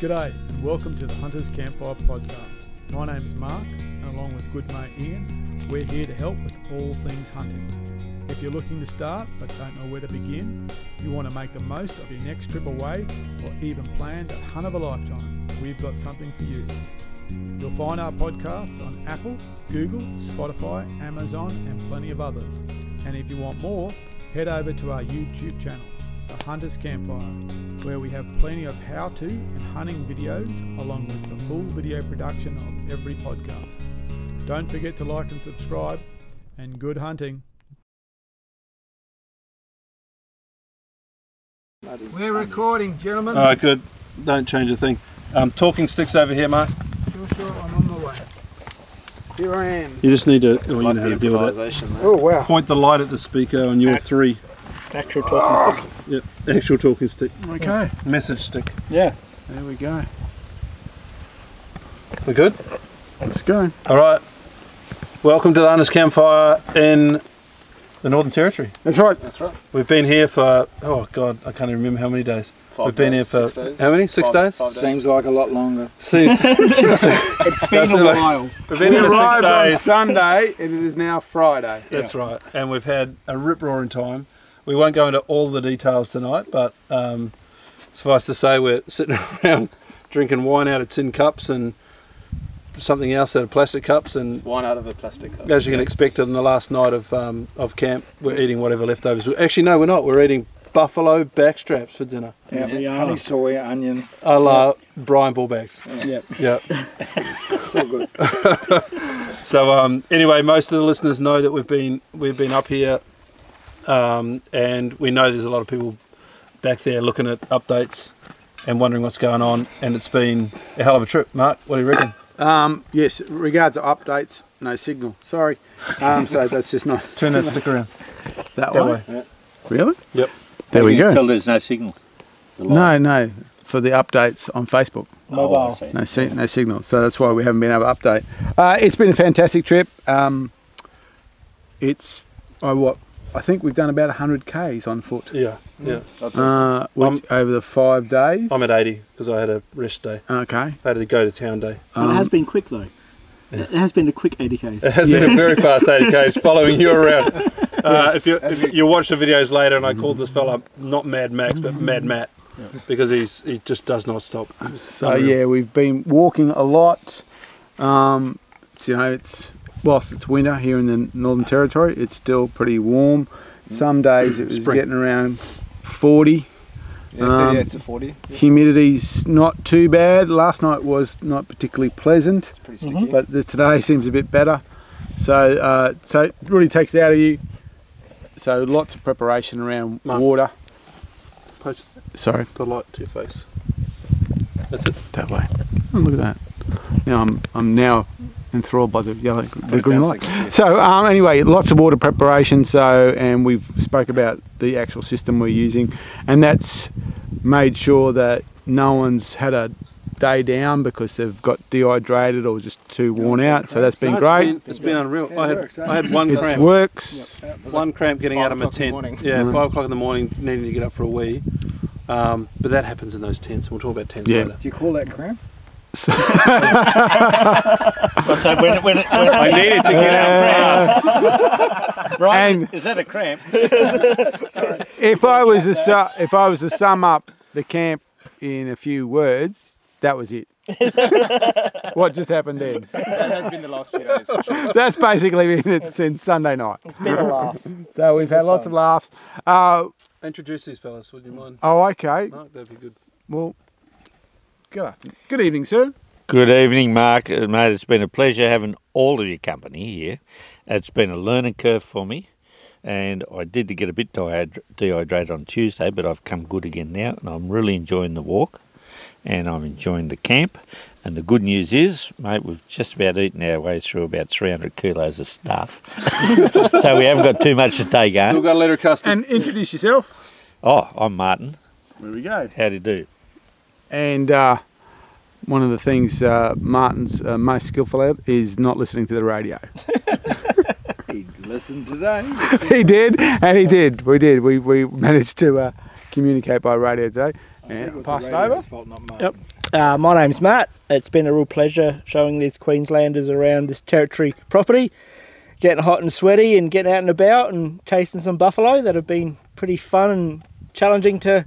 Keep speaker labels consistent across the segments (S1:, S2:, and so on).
S1: G'day, and welcome to the Hunters Campfire Podcast. My name's Mark, and along with good mate Ian, we're here to help with all things hunting. If you're looking to start but don't know where to begin, you want to make the most of your next trip away, or even plan the hunt of a lifetime, we've got something for you. You'll find our podcasts on Apple, Google, Spotify, Amazon, and plenty of others. And if you want more, head over to our YouTube channel, The Hunters Campfire, where we have plenty of how to and hunting videos along with the full video production of every podcast. Don't forget to like and subscribe, and good hunting. We're recording, gentlemen.
S2: Oh.
S3: All right, good. Don't change a thing. Um, talking sticks over here, Mark.
S1: Sure, sure, I'm on my way. Here I am.
S3: You just need to, well, you
S4: Like
S3: know how
S4: the
S3: to deal with it.
S4: improvisation there.
S1: Oh, wow.
S3: Point the light at the speaker on your three.
S1: Actual talking stick.
S3: Yep, actual talking stick.
S1: Okay,
S3: Message stick.
S1: there we go.
S3: We're good?
S1: It's going.
S3: All right. Welcome to the Honest Campfire in the Northern Territory.
S1: That's right.
S4: That's right.
S3: We've been here for, oh God, I can't even remember how many days.
S4: Five
S3: We've been
S4: days,
S3: here for,
S4: six days.
S3: how many? Six
S4: Five-
S3: days?
S4: five days.
S2: Seems like a lot longer.
S3: Six.
S2: It's been
S3: a
S2: while.
S3: We've been here for six
S2: arrived on
S3: days.
S2: Sunday and it is now Friday.
S3: That's right. And we've had a rip roaring time. We won't go into all the details tonight, but um, suffice to say, we're sitting around drinking wine out of tin cups and something else out of plastic cups. And
S4: One out of a plastic cup.
S3: as you can expect, on the last night of um, of camp, we're eating whatever leftovers. Actually, no, we're not. We're eating buffalo backstraps for dinner,
S2: Yeah, honey, soy, onion.
S3: a la Brian Bullbacks.
S2: Yeah,
S3: Yeah.
S2: it's all good.
S3: So um, anyway, most of the listeners know that we've been we've been up here, um, and we know there's a lot of people back there looking at updates and wondering what's going on. And it's been a hell of a trip, Mark. What do you reckon?
S2: Um, yes, regards to updates, no signal. Sorry. Um, so that's just not
S3: Turn that stick around
S2: that,
S3: that
S2: way.
S3: way.
S2: Really?
S3: Yep.
S2: There we
S5: Until
S2: go.
S5: there's no signal. The
S2: No, no. For the updates on Facebook,
S5: Mobile. Oh, I see.
S2: no, si- no signal. So that's why we haven't been able to update. Uh, it's been a fantastic trip. Um, it's oh, what I think we've done about 100 k's on foot
S3: Yeah, yeah.
S4: That's awesome.
S2: uh, which-
S5: Um,
S2: over the five days.
S3: I'm at 80 because I had a rest day.
S5: oh.
S2: Okay.
S3: I had to go to town day.
S6: Well,
S2: um,
S6: it has been quick though. It has been a quick 80k's.
S3: It has been a very fast 80 k's following you around. Uh, if you if you watch the videos later, and I called this fella not Mad Max but Mad Matt because he's he just does not stop.
S2: So Oh, yeah, we've been walking a lot. Um, it's, you know, it's whilst it's winter here in the Northern Territory, it's still pretty warm. Some days it was
S3: Spring.
S2: getting around 40.
S4: Yeah,
S2: um,
S4: 38 to 40.
S2: Humidity's not too bad. Last night was not particularly pleasant,
S4: Pretty sticky.
S2: but the, today seems a bit better. So uh, so it really takes it out of you. So lots of preparation around
S3: Mark.
S2: water.
S3: Post
S2: Sorry,
S3: the light to your face. That's it.
S2: that way. Oh, look at that. Now I'm I'm now enthralled by the yellow, the green
S4: down so
S2: light.
S4: I can see
S2: So um, anyway, lots of water preparation. So and we've spoke about the actual system we're using, and that's made sure that no one's had a day down because they've got dehydrated or just too worn out. So that's been
S3: No, it's
S2: great.
S3: Been, it's been unreal. I had
S2: works, eh?
S3: I had one
S2: it
S3: cramp.
S2: works.
S3: One cramp getting
S4: Five
S3: out of my
S4: o'clock in the
S3: tent.
S4: morning.
S3: Yeah,
S2: Mhm.
S3: five o'clock in the morning, needing to get up for a wee. Um, but that happens in those tents. and We'll talk about tents
S2: Yeah.
S3: later.
S2: Do
S3: you call
S5: So when, when, when,
S3: I needed to get up fast.
S5: Brian,
S2: And-
S5: is that a cramp?
S2: If I was to su- if I was to sum up the camp in a few words, that was it. what just happened then?
S4: that has been the last few days. For sure.
S2: That's basically been it since Sunday night.
S6: It's been a laugh.
S2: So we've had lots of laughs. Uh,
S3: Introduce these fellas, would you mind?
S2: oh, okay.
S3: Mark, that'd be good.
S2: Well, good, afternoon. good evening, sir.
S5: Good evening, Mark. Uh, Mate, it's been a pleasure having all of your company here. It's been a learning curve for me, and I did get a bit dehyd- dehydrated on Tuesday, but I've come good again now, and I'm really enjoying the walk, and I'm enjoying the camp. And the good news is, mate, we've just about eaten our way through about 300 kilos of stuff, so we haven't got too much to take
S3: Still
S5: on.
S3: got a letter of custody.
S2: And introduce yourself.
S5: Oh, I'm Martin.
S2: There we go.
S5: How do you do?
S2: And uh, one of the things uh, Martin's uh, most skillful at is not listening to the radio.
S4: He listened today.
S2: he did, and he did. We did. We, we managed to uh, communicate by radio today. Yeah.
S4: It was the
S1: Passed
S4: radio's
S1: over?
S4: Fault, not mine.
S7: Yep. Uh, my name's Matt. It's been a real pleasure showing these Queenslanders around this territory property, getting hot and sweaty and getting out and about and chasing some buffalo that have been pretty fun and challenging to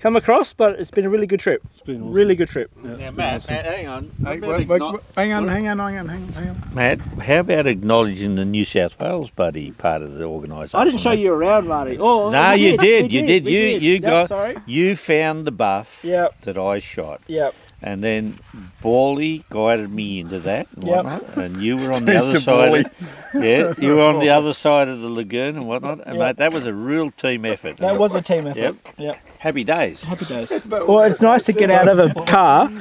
S7: come across, but it's been a really good trip.
S3: It's been awesome.
S7: Really good trip.
S5: Now, Matt, Matt, hang on.
S1: Hey, wait, wait, wait, hang on, hang on, hang on, hang on, hang on.
S5: Matt, how about acknowledging the New South Wales buddy part of the organisation?
S7: I didn't show you around, Marty. Oh,
S5: No,
S7: we
S5: you did,
S7: we
S5: you did.
S7: we
S5: You- you
S7: Yep,
S5: got-
S7: Sorry.
S5: You found the buff
S7: Yep.
S5: that I shot,
S7: Yep.
S5: and then Bawley guided me into that, and,
S7: Yep.
S5: whatnot, and you were on
S3: Changed
S5: the other
S3: to
S5: side. Of, yeah, you were on the other side of the lagoon and whatnot, and
S7: Yep.
S5: mate, that was a real team effort.
S7: That was a team effort.
S5: Yep.
S7: Yep.
S5: Happy days.
S7: Happy days. Well, it's nice to get out of a car,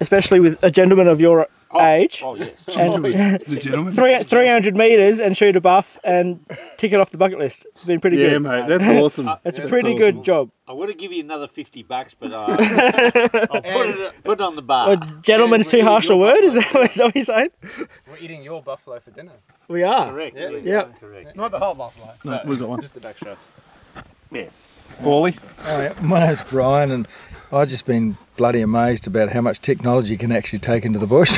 S7: especially with a gentleman of your age.
S5: Oh yes.
S7: and
S3: The gentleman.
S7: three, 300 metres and shoot a buff and tick it off the bucket list. It's been pretty
S3: Yeah, Uh,
S7: good.
S3: mate, that's awesome.
S7: That's a pretty good job.
S5: I would have give you another fifty bucks, but uh, I'll put it, put it on the bar.
S7: Well, gentleman's too harsh a word, is that, is that what you're saying?
S4: We're eating your buffalo for dinner.
S7: We are.
S5: Correct.
S4: Yeah.
S7: Yeah.
S5: Correct.
S1: Not the whole buffalo.
S3: No, we've got one.
S4: Just the back straps.
S3: Bawley.
S8: Oh, yeah. My name's Brian, and I've just been bloody amazed about how much technology can actually take into the bush.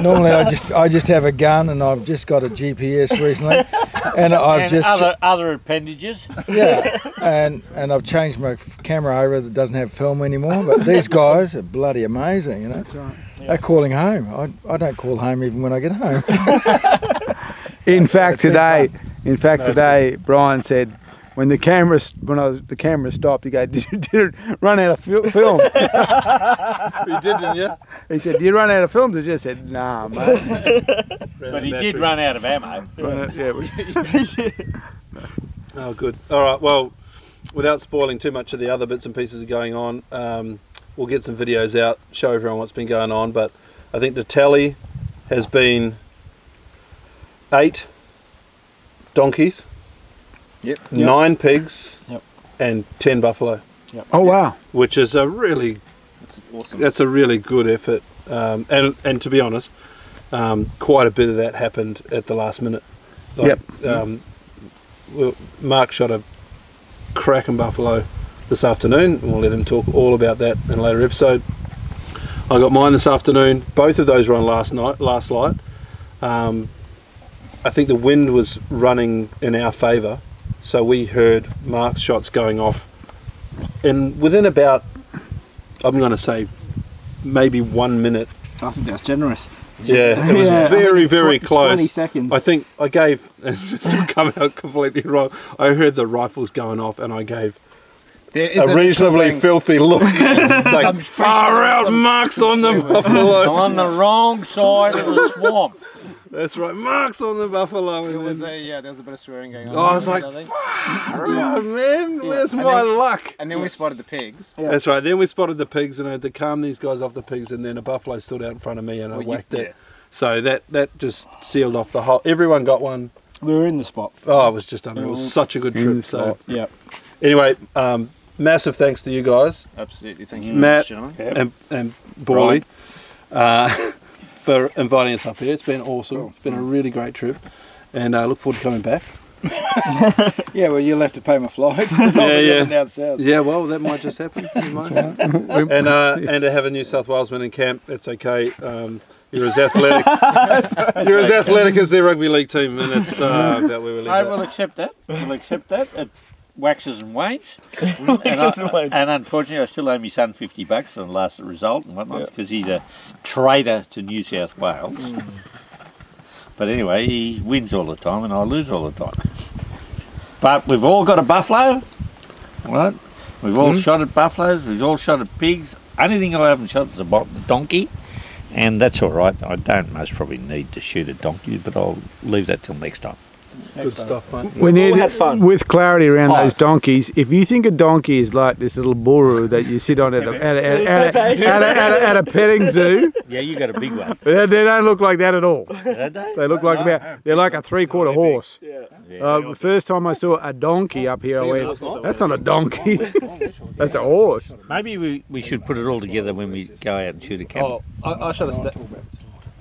S8: Normally, I just I just have a gun, and I've just got a GPS recently, and I've
S5: And
S8: just
S5: other other appendages.
S8: yeah, and and I've changed my f- camera over that doesn't have film anymore. But these guys are bloody amazing, you know. That's right. They're calling home. I, I don't call home even when I get home.
S2: In fact,
S8: been
S2: today, in fact, today, Brian said, when the camera st- when I was, the camera stopped, he go, did you, did it run out of fil- film?
S3: You did, didn't you?
S2: he said, "Did you run out of film? Did you? I said, nah, mate.
S5: But he did run out of ammo.
S2: Run out- yeah, we-
S3: Oh, good. All right. Well, without spoiling too much of the other bits and pieces that are going on, um, we'll get some videos out, show everyone what's been going on. But I think the tally has been eight donkeys,
S4: Yep.
S3: nine pigs,
S4: Yep.
S3: and ten buffalo,
S2: oh wow.
S3: which is a really
S4: That's awesome.
S3: that's a really good effort. Um, and and to be honest, um, quite a bit of that happened at the last minute. yep. Um, well, Mark shot a cracking buffalo this afternoon. and We'll let him talk all about that in a later episode. I got mine this afternoon. Both of those were on last night, last light. Um, I think the wind was running in our favour, so we heard Mark's shots going off, and within about I'm going to say maybe one minute.
S6: I think that's generous.
S3: Yeah, it was
S6: Yeah, I think
S3: very,
S6: it's
S3: very
S6: tw-
S3: close.
S6: 20 seconds.
S3: I think I gave, and this will come out completely wrong. I heard the rifles going off and I gave
S4: There is
S3: a reasonably
S4: something-
S3: filthy look. It's like far out marks on the buffalo.
S5: on the wrong side of the swamp.
S3: That's right, marks on the buffalo.
S4: There
S3: And
S4: was
S3: then,
S4: a yeah. There was a bit of swearing going on.
S3: Oh, I was like,
S4: I think.
S3: far out, man, where's
S4: And
S3: my
S4: then-
S3: luck?
S4: And then we spotted the pigs.
S3: That's right. Then we spotted the pigs and I had to calm these guys off the pigs, and then a buffalo stood out in front of me and I
S4: Well, you-
S3: whacked it.
S4: yeah.
S3: So that that just sealed off the whole. Everyone got one.
S6: We were in the spot.
S3: Oh, it was just unreal. It
S4: Mm.
S3: was such a good trip. So
S6: Yeah.
S3: anyway, um, massive thanks to you guys,
S4: Absolutely. Thank you,
S3: Matt
S4: gentlemen.
S3: and and Brawley, uh, for inviting us up here. It's been awesome. It's been a really great trip, and I look forward to coming back.
S8: yeah, well, you'll have to pay my flight.
S3: Yeah, yeah.
S8: Down south.
S3: Yeah, well, that might just happen. You might. and uh, and to have a New South Walesman in camp, it's okay. Um, you're as athletic. you're as athletic as their rugby league team, and it's uh, about where we
S5: I
S3: live.
S5: will accept that. I'll accept that. It waxes and wanes.
S7: Excellent words.
S5: And unfortunately, I still owe my son 50 bucks for the last result and whatnot because he's a traitor to New South Wales. But anyway, he wins all the time and I lose all the time. But we've all got a buffalo, right? We've all shot at buffaloes, we've all shot at pigs. Only thing I haven't shot is a bo- donkey, and that's all right. I don't most probably need to shoot a donkey, but I'll leave that till next time.
S3: Good stuff, mate.
S2: We need
S7: had fun.
S2: with clarity around
S5: Oh.
S2: those donkeys. If you think a donkey is like this little buru that you sit on at a, at a, at a, at a, at a, at a, at a petting zoo,
S5: Yeah, you got a big one,
S2: they they don't look like that at all.
S5: don't they?
S2: They look like about they're like a three quarter horse. Uh, the first time I saw a donkey up here, I went, "That's not a donkey. That's a horse."
S5: Oh. Maybe we, we should put it all together when we go out and shoot a camel.
S4: Oh, I, I shot a sta-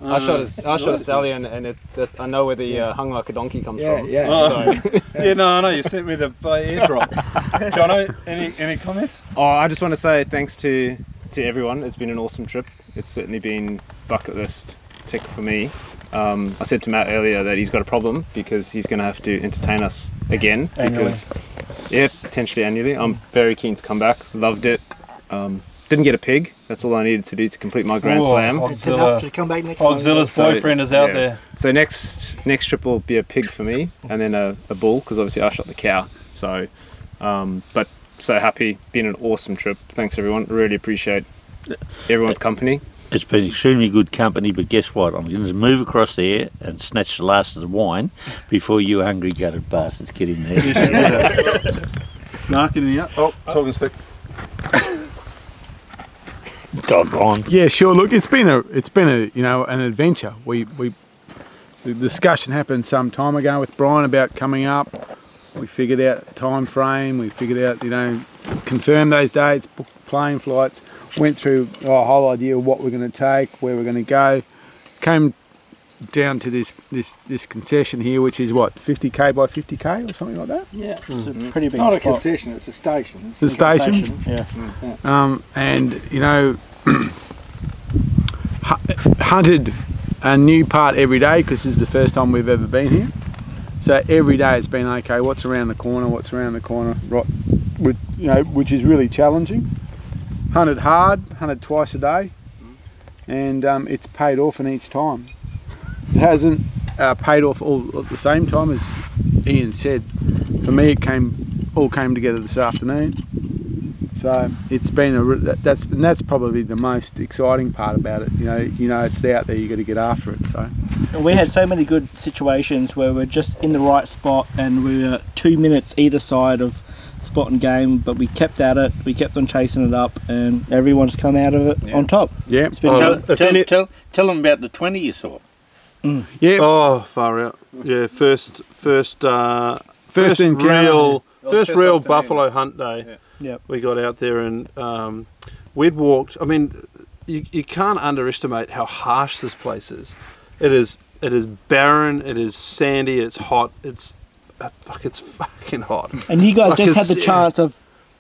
S9: I shot a, I shot a
S3: Uh,
S9: stallion, and it, that I know where the uh, hung like a donkey comes
S8: Yeah,
S9: from.
S8: yeah.
S3: Oh.
S9: So,
S3: yeah, no, I know. You sent me the
S1: uh,
S3: by airdrop. Jono, any any comments?
S9: oh, I just want to say thanks to to everyone. It's been an awesome trip. It's certainly been bucket list tick for me. Um, I said to Matt earlier that he's got a problem because he's going to have to entertain us again because yeah, potentially annually. I'm very keen to come back. Loved it. Um, didn't get a pig. That's all I needed to do to complete my grand
S3: Oh,
S9: slam.
S7: It's enough to
S3: Odzilla.
S7: come back next time.
S3: Odzilla's
S9: So,
S3: boyfriend is out
S9: yeah.
S3: there.
S9: So next next trip will be a pig for me, and then a, a bull because obviously I shot the cow. So, um, but so happy, been an awesome trip. Thanks everyone, really appreciate everyone's company.
S5: It's been extremely good company, but guess what? I'm going to move across there and snatch the last of the wine before you hungry gutted bastards get in there.
S3: Mark, anything up? Oh, talking stick.
S5: Doggone.
S2: Yeah, sure. Look, it's been a it's been a you know an adventure. We we the discussion happened some time ago with Brian about coming up. We figured out time frame. We figured out you know confirmed those dates, booked plane flights, went through our whole idea of what we're going to take, where we're going to go. Came down to this this this concession here, which is what 50k by 50k or something like that.
S6: Yeah, it's a pretty
S8: It's
S6: big
S7: Oh.
S8: not a
S6: spot.
S8: concession, it's a station. It's
S2: The
S8: a
S2: station?
S6: Yeah.
S2: um, and you know hu- hunted a new part every day because this is the first time we've ever been here so every day it's been okay what's around the corner what's around the corner right with you know which is really challenging hunted hard hunted twice a day and um, it's paid off in each time it hasn't uh, paid off all at the same time as ian said for me it came all came together this afternoon so it's been a re- that- that's and that's probably the most exciting part about it. You know, you know it's out there. You got to get after it. So
S7: And we had so many good situations where we're just in the right spot and we were two minutes either side of spot and game, but we kept at it, we kept on chasing it up, and everyone's come out of it on top.
S2: yeah,
S7: It's been
S5: Tell, tell, tell, tell them about the 20 you saw.
S2: yeah.
S3: Oh, far out. Yeah, first, first, uh,
S2: First
S3: first,
S2: encounter.
S3: real,
S4: was
S3: first
S4: first
S3: real
S4: afternoon.
S3: buffalo hunt day.
S7: Yep.
S3: We got out there and um, we'd walked. I mean, you, you can't underestimate how harsh this place is. It is, it is barren. It is sandy. It's hot. It's uh, fuck. It's fucking hot.
S7: and you guys
S3: Like
S7: just had the
S3: it's-
S7: chance of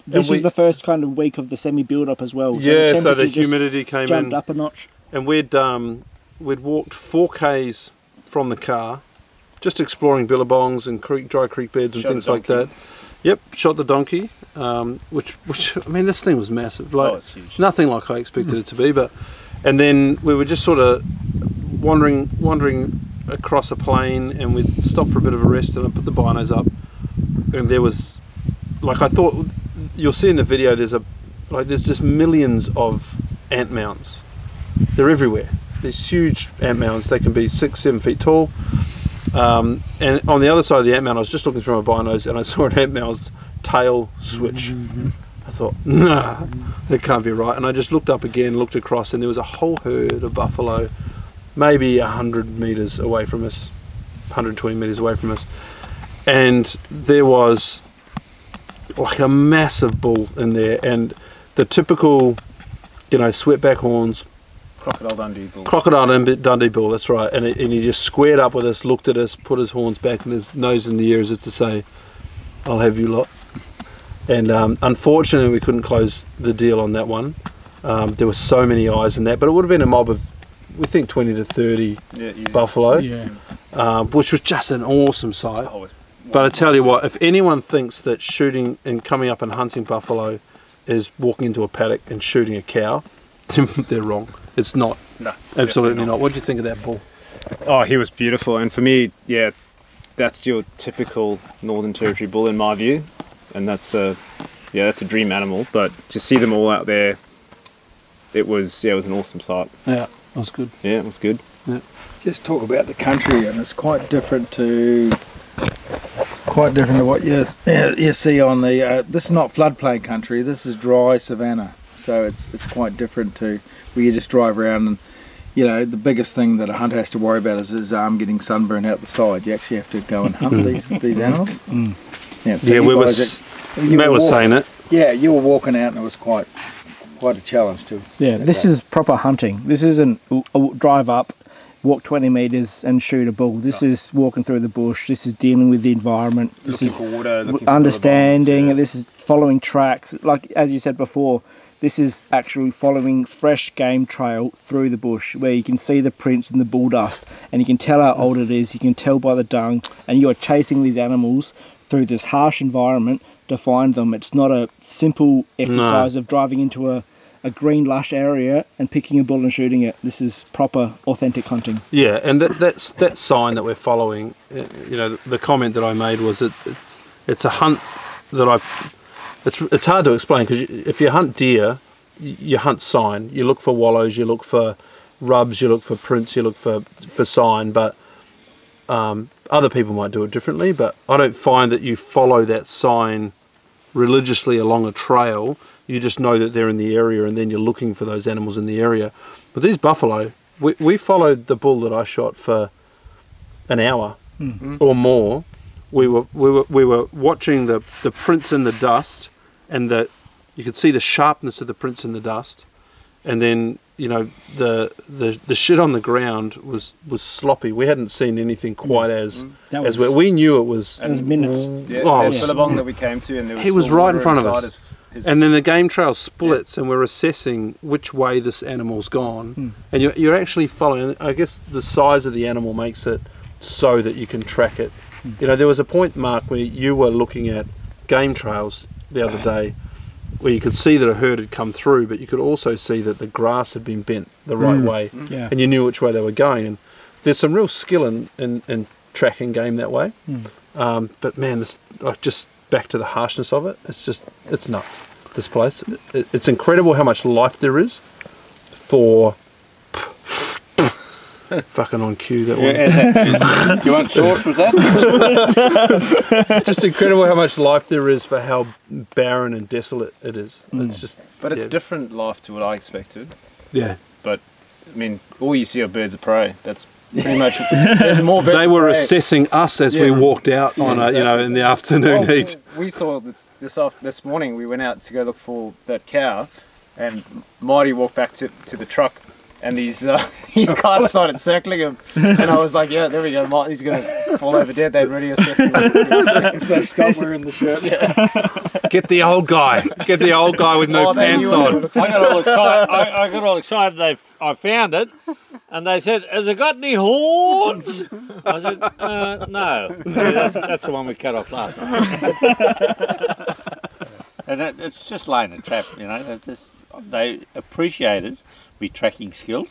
S7: this
S3: we-
S7: is the first kind of week of the semi build up as well. So
S3: yeah, so the
S7: temperature just
S3: humidity came
S7: jumped
S3: in.
S7: up a notch.
S3: and we'd um, we'd walked four k's from the car, just exploring billabongs and creek, dry creek beds and
S9: Shot the
S3: things like that.
S9: donkey.
S3: Yep, shot the donkey, um, which which I mean this thing was massive, like
S9: Oh, it's huge.
S3: nothing like I expected it to be. But and then we were just sort of wandering wandering across a plain, and we stopped for a bit of a rest, and I put the binos up, and there was like I thought you'll see in the video there's a like there's just millions of ant mounds. They're everywhere. These huge ant mounds. They can be six, seven feet tall. Um, and on the other side of the ant mound, I was just looking through my binos and I saw an ant mound's tail switch. I thought, nah, that can't be right. And I just looked up again, looked across, and there was a whole herd of buffalo, maybe 100 meters away from us, 120 meters away from us. And there was like a massive bull in there, and the typical, you know, sweatback horns,
S9: Crocodile Dundee bull.
S3: crocodile Dund- Dundee bull. That's right. And, it, and he just squared up with us, looked at us, put his horns back and his nose in the air as if to say, "I'll have you lot." And um, unfortunately, we couldn't close the deal on that one. Um, there were so many eyes in that, but it would have been a mob of, we think, twenty to thirty
S9: Yeah, you
S3: buffalo,
S1: Yeah.
S3: um, which was just an awesome sight.
S9: always.
S3: But I tell you what, if anyone thinks that shooting and coming up and hunting buffalo is walking into a paddock and shooting a cow, they're wrong. It's not.
S9: No,
S3: Absolutely
S9: definitely
S3: not. What do you think of that bull?
S9: Oh, he was beautiful, and for me, yeah, that's your typical Northern Territory bull in my view, and that's a, yeah, that's a dream animal. But to see them all out there, it was yeah, it was an awesome sight.
S3: Yeah, that was good.
S9: Yeah, it was good.
S8: Just talk about the country, and it's quite different to quite different to what you you see on the. Uh, this is not floodplain country. This is dry savannah, so it's it's quite different to where you just drive around and. You know, the biggest thing that a hunter has to worry about is his arm getting sunburned out the side. You actually have to go and hunt these these animals.
S2: Mm.
S8: Yeah, so
S3: yeah,
S8: you
S3: we were.
S8: guys
S3: s-
S8: ac- you
S3: Matt
S8: were
S3: was
S8: walk-
S3: saying it.
S8: Yeah, you were walking out, and it was quite quite a challenge too.
S7: Yeah, this is proper hunting. This isn't w- w- drive up, walk 20 meters and shoot a bull. This is walking through the bush. This is dealing with the environment. This
S9: looking
S7: is
S9: for water, uh, looking
S7: w-
S9: for
S7: understanding.
S9: water bottles,
S7: This is following tracks. Like as you said before, this is actually following fresh game trail through the bush where you can see the prints and the bull dust, and you can tell how old it is. You can tell by the dung, and you are chasing these animals through this harsh environment to find them. It's not a simple exercise of driving into a a green lush area and picking a bull and shooting it. This is proper authentic hunting.
S3: Yeah, and that that's that sign that we're following. uh, You know, the comment that I made was it, it's it's a hunt that I. It's it's hard to explain because if you hunt deer, y- you hunt sign. You look for wallows, you look for rubs, you look for prints, you look for for sign. But um, other people might do it differently. But I don't find that you follow that sign religiously along a trail. You just know that they're in the area, and then you're looking for those animals in the area. But these buffalo, we, we followed the bull that I shot for an hour
S7: Mm-hmm.
S3: or more. We were we were we were watching the the prints in the dust, and the you could see the sharpness of the prints in the dust, and then you know the the the shit on the ground was was sloppy. We hadn't seen anything quite as
S7: Mm-hmm. That
S3: as
S7: was-
S3: we, we knew it was.
S7: It was minutes.
S4: Yeah,
S3: Oh,
S4: that
S3: yeah.
S4: Billabong that we came to, and there was
S3: He was
S4: still
S3: right in
S4: water
S3: front of
S4: inside
S3: us.
S4: his- his-
S3: And then the game trail splits, and we're assessing which way this animal's gone. And you're, you're actually following. I guess the size of the animal makes it so that you can track it. You know, there was a point, Mark, where you were looking at game trails the other day, where you could see that a herd had come through, but you could also see that the grass had been bent the right way,
S7: Yeah.
S3: and you knew which way they were going. And there's some real skill in in, in tracking game that way. Um, but man, this, like just back to the harshness of it. It's just it's nuts. This place. It, it's incredible how much life there is for. Fucking on cue that one.
S4: you want sauce with that?
S3: It's just incredible how much life there is for how barren and desolate it is. It's just.
S9: But it's
S3: yeah,
S9: different life to what I expected.
S3: Mm. Yeah.
S9: But I mean, all you see are birds of prey. That's pretty much. there's more birds.
S3: They
S9: of
S3: were
S9: prey.
S3: assessing us as we
S9: Yeah.
S3: walked out on a, you know in the afternoon
S9: Well,
S3: heat.
S9: Oh, We saw th- this off this morning. We went out to go look for that cow, and Marty walked back to, to the truck, and these uh, these cars started circling him, and I was like, "Yeah, there we go. Marty's gonna fall over dead." They'd already assessed him.
S8: If they stop wearing the shirt,
S3: Get the old guy. Get the old guy with no
S9: Oh, they
S3: pants
S9: knew what they
S3: on.
S9: were looking
S5: I got all excited. I, I got all excited. They, f- I found it, and they said, "Has it got any horns?" I said, uh, "No." Yeah, that's, that's the one we cut off last night.
S10: And that, it's just laying a trap, you know. They just they appreciated me tracking skills,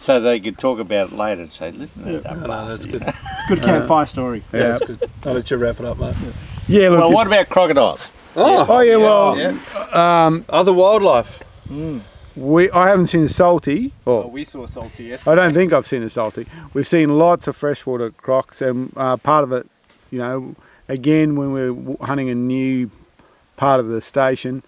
S10: so they could talk about it later and say, "Listen, to that dumb
S3: No,
S10: bastard,
S3: that's
S10: you
S3: good.
S10: know."
S7: Good campfire story.
S3: Yeah, that's good. I'll let you wrap it up, mate.
S2: Yeah, look.
S10: Well, what
S2: it's-
S10: about crocodiles?
S2: oh yeah, well,
S3: Other wildlife.
S2: we I haven't seen a salty. Or
S9: Oh, We saw salty yes.
S2: I don't think I've seen a salty. We've seen lots of freshwater crocs, and uh, part of it, you know, again when we we're w- hunting a new part of the station,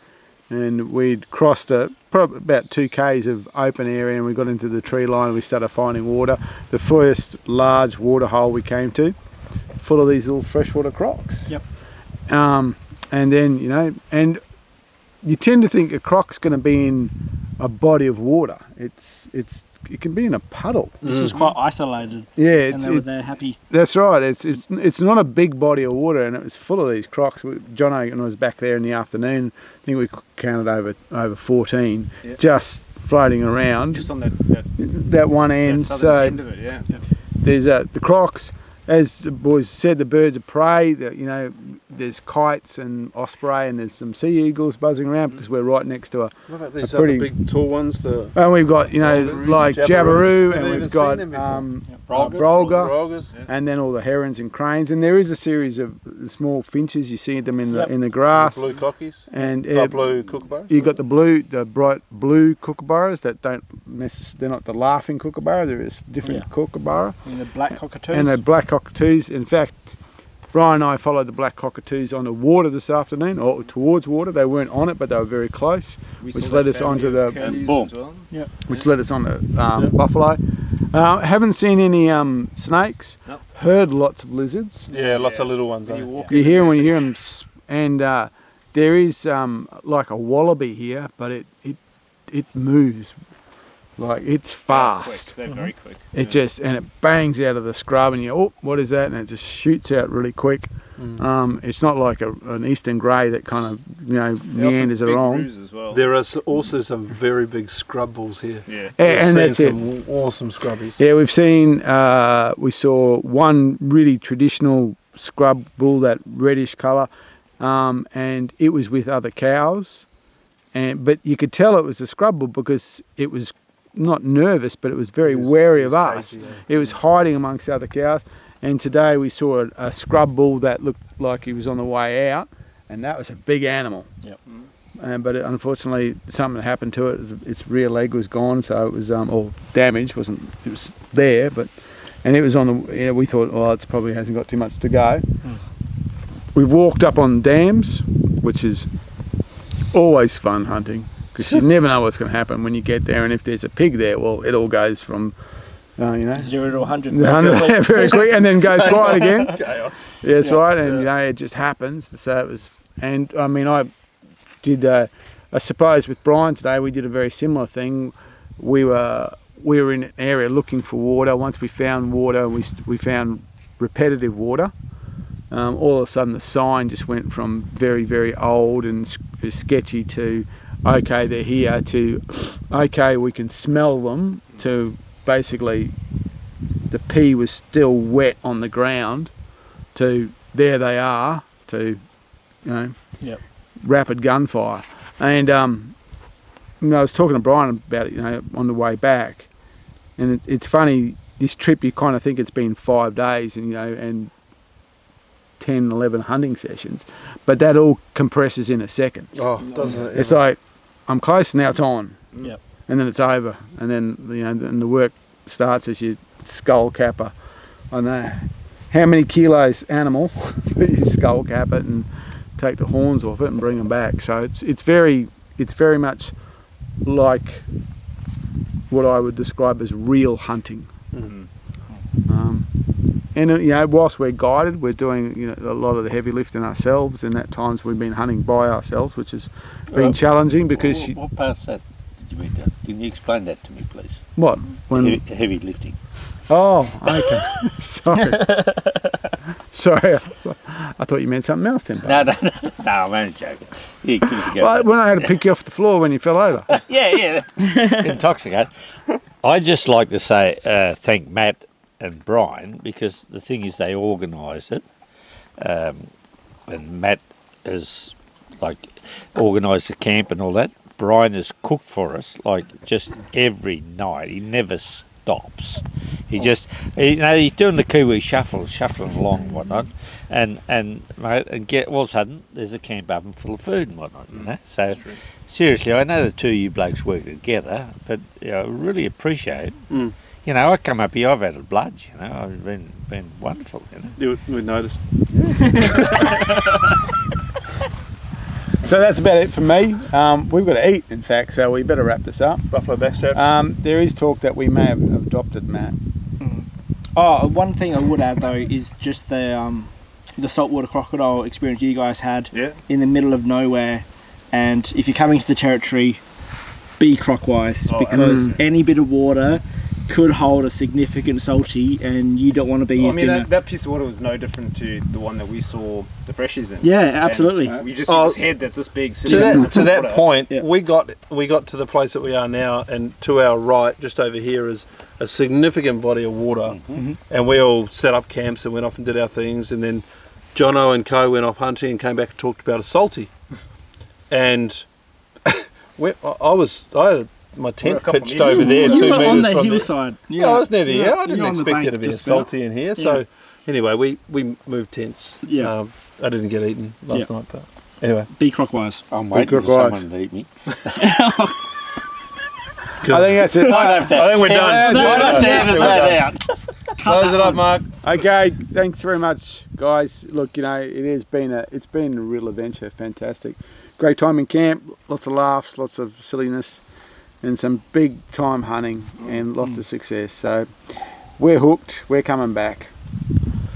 S2: and we'd crossed a, probably about two k's of open area, and we got into the tree line, and we started finding water. The first large water hole we came to, full of these little freshwater crocs.
S7: Yep.
S2: Um, and then you know, and you tend to think a croc's going to be in a body of water. It's it's it can be in a puddle.
S7: This
S9: Mm.
S7: is quite isolated,
S2: Yeah,
S7: and
S2: it's,
S7: they were
S2: it-
S7: there happy.
S2: that's right. It's it's it's not a big body of water, and it was full of these crocs. We- John Ogan was back there in the afternoon. I think we counted over over fourteen,
S9: Yeah.
S2: just floating around
S9: Just on that, that,
S2: that one
S9: that
S2: end.
S9: southern
S2: so
S9: end of it, yeah.
S2: there's uh, the crocs, as the boys said, the birds of prey. That you know, there's kites and osprey, and there's some sea eagles buzzing
S9: Mm.
S2: around because we're right next to a.
S3: What about these
S2: pretty-
S3: other big tall ones? The
S2: And we've got you know
S3: Jabberoo.
S2: like
S3: Jabberoo.
S2: Jabiru,
S3: Haven't
S2: and
S3: even
S2: we've
S3: seen
S2: got
S3: them before.
S2: um, uh,
S3: Brolgas?
S2: Brolga.
S3: Brolgas, yeah.
S2: and then all the herons and cranes. And there is a series of small finches. You see them in the in the grass.
S3: Blue cockies.
S2: and
S3: Oh,
S2: uh,
S3: blue kookaburra.
S2: you got the blue, the bright blue kookaburras that don't necess- They're not the laughing kookaburra. There is different kookaburra
S7: And the black cockatoos.
S2: and the black cockatoos. In fact, Brian and I followed the black cockatoos on the water this afternoon, or towards water. They weren't on it, but they were very close,
S9: We
S2: Which
S9: saw
S2: led
S9: that
S2: us onto
S9: family of
S2: the-
S9: curlews
S10: And boom.
S9: as well.
S2: which led us on to um, buffalo. Uh, haven't seen any um, snakes.
S9: Nope.
S2: Heard lots of lizards.
S3: Yeah, lots of little ones.
S9: When you
S3: eh?
S9: walk
S2: You
S9: in,
S2: hear
S9: there's
S2: when you
S9: a-
S2: hear them, and uh, there is um, like a wallaby here, but it it it moves Like it's fast.
S9: They're very quick.
S2: It just and it bangs out of the scrub, and you oh, what is that? And it just shoots out really quick.
S9: Mm.
S2: Um, it's not like a, an eastern grey that kind of you know meanders along.
S3: There are s- also some very big scrub balls here.
S9: Yeah.
S2: A- and
S3: We've
S2: that's
S3: seen
S2: it.
S3: some w- awesome scrubbies.
S2: Yeah, we've seen uh, we saw one really traditional scrub bull that reddish colour, um, and it was with other cows, and but you could tell it was a scrub bull because it was not nervous, but it was very wary of us. It was hiding amongst other cows, and today we saw a, a scrub bull that looked like he was on the way out, and that was a big animal.
S10: Yep.
S2: Um, but it, unfortunately, something happened to it. Its, its rear leg was gone, so it was um, or damaged. wasn't It was there, but and it was on the. You know, we thought, oh, it's probably hasn't got too much to go. We've walked up on dams, which is always fun hunting because you never know what's going to happen when you get there. And if there's a pig there, well, it all goes from uh, you know
S7: Zero to 100.
S2: the hundred very quick, and then goes quiet again.
S9: Chaos.
S2: Yeah, that's right. And you know, it just happens. So it was, and I mean, I did. Uh, I suppose with Brian today, we did a very similar thing. We were we were in an area looking for water. Once we found water, we st- we found repetitive water. Um, all of a sudden, the sign just went from very very old and s- sketchy to okay, they're here to okay, we can smell them to basically the pee was still wet on the ground to there they are to you know
S10: Yep.
S2: rapid gunfire and um you know, I was talking to Brian about it you know on the way back and it, it's funny this trip you kind of think it's been five days and you know and 10 11 hunting sessions but that all compresses in a second
S3: Oh, doesn't it?
S2: it's like I'm close now it's on and then it's over, and then you know, and the work starts as you skull cap a, I know, how many kilos animal you skull cap it and take the horns off it and bring them back. So it's it's very it's very much like what I would describe as real hunting. Um, and uh, you know, whilst we're guided, we're doing you know a lot of the heavy lifting ourselves, and at times we've been hunting by ourselves, which has been
S10: Uh,
S2: challenging because
S10: what,
S2: you,
S10: what part's that did you read down? Can you explain that to me, please?
S2: what when
S10: heavy, heavy lifting.
S2: Oh, okay. Sorry. Sorry. I thought you meant something else then.
S10: No, no, no, no, I'm only joking. Yeah, give us a go.
S2: Well, when I had to pick you off the floor when you fell over.
S10: yeah, yeah.
S5: intoxicate. I just like to say uh, thank Matt and Brian because the thing is they organised it, um, and Matt has like organised the camp and all that. Brian has cooked for us like just every night. He never stops. He
S10: Oh.
S5: just you know he's doing the Kiwi shuffle, shuffling along and whatnot, and and mate, and get all of a sudden there's a camp oven full of food and whatnot.
S10: Mm.
S5: You know, so seriously, I know the two of you blokes work together, but you know, I really appreciate.
S3: Mm.
S5: You know, I come up here, I've had a blood. You know, I've been been wonderful. You know,
S3: You, we noticed.
S2: So that's about it for me. Um, we've got to eat, in fact, so we better wrap this up.
S3: Buffalo backstrap.
S2: Um, there is talk that we may have adopted Matt.
S7: Oh, one thing I would add though is just the um, the saltwater crocodile experience you guys had
S9: Yeah.
S7: in the middle of nowhere, and if you're coming to the territory, be clockwise
S9: Oh,
S7: because any bit of water could hold a significant salty, and you don't want to be
S9: I
S7: used
S9: mean,
S7: in
S9: that,
S7: it.
S9: that piece of water was no different to the one that we saw the freshies in.
S7: Yeah, absolutely.
S9: And uh, we just
S3: Oh.
S9: see this head that's this big.
S3: to
S9: sitting in the
S3: that, to that
S9: water.
S3: point,
S7: Yeah.
S3: we got we got to the place that we are now, and to our right, just over here, is a significant body of water, and we all set up camps and went off and did our things, and then Jono and Co went off hunting and came back and talked about a salty, and we, I I was I had my tent
S9: couple
S3: pitched
S9: meters
S3: over there,
S7: you
S3: two
S7: were
S3: meters
S7: on the
S3: from there.
S7: hillside.
S3: Yeah, I was near the yeah, I didn't
S7: you're on the
S3: expect
S7: bank
S3: there to be a
S7: just about.
S3: salty in here. So anyway, we we moved tents.
S7: Yeah.
S3: um, I didn't get eaten last
S7: Yeah.
S3: night, but anyway.
S7: Be clockwise.
S10: I'm waiting for
S2: Likewise.
S10: someone to eat me.
S2: I think that's it.
S10: I'd have to,
S3: I think we're done.
S10: I'd have to edit that out.
S3: Close it up, Mark.
S2: Okay, thanks very much, guys. Look, you know, it has been a it's been a real adventure. Fantastic, great time in camp. Lots of laughs, lots of silliness, and some big time hunting and lots of success. So we're hooked. We're coming back.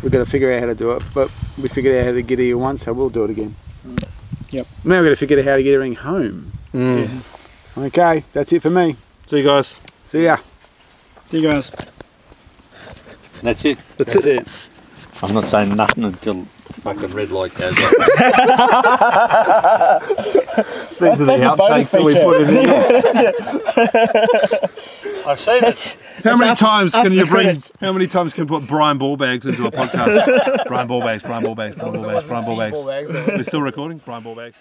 S2: We've got to figure out how to do it, but we figured out how to get here once, so we'll do it again.
S7: Yep.
S2: Now
S3: Mm.
S2: we've got to figure out how to get her home. Okay, that's it for me.
S3: See you guys.
S2: See ya.
S6: See you guys.
S10: That's it.
S2: That's, it.
S5: I'm not saying nothing until
S10: Fucking red light goes off.
S2: These are the
S7: That's a bonus
S2: outtakes that we put
S7: feature.
S2: in there.
S10: I've seen it.
S3: How many times
S7: after
S3: can you
S7: the
S3: bring?
S7: credits.
S3: How many times can you put Brian Ballbags into a podcast? Brian Ballbags, Brian Ballbags, Brian Ballbags, Brian Ballbags. We're still recording. Brian Ballbags.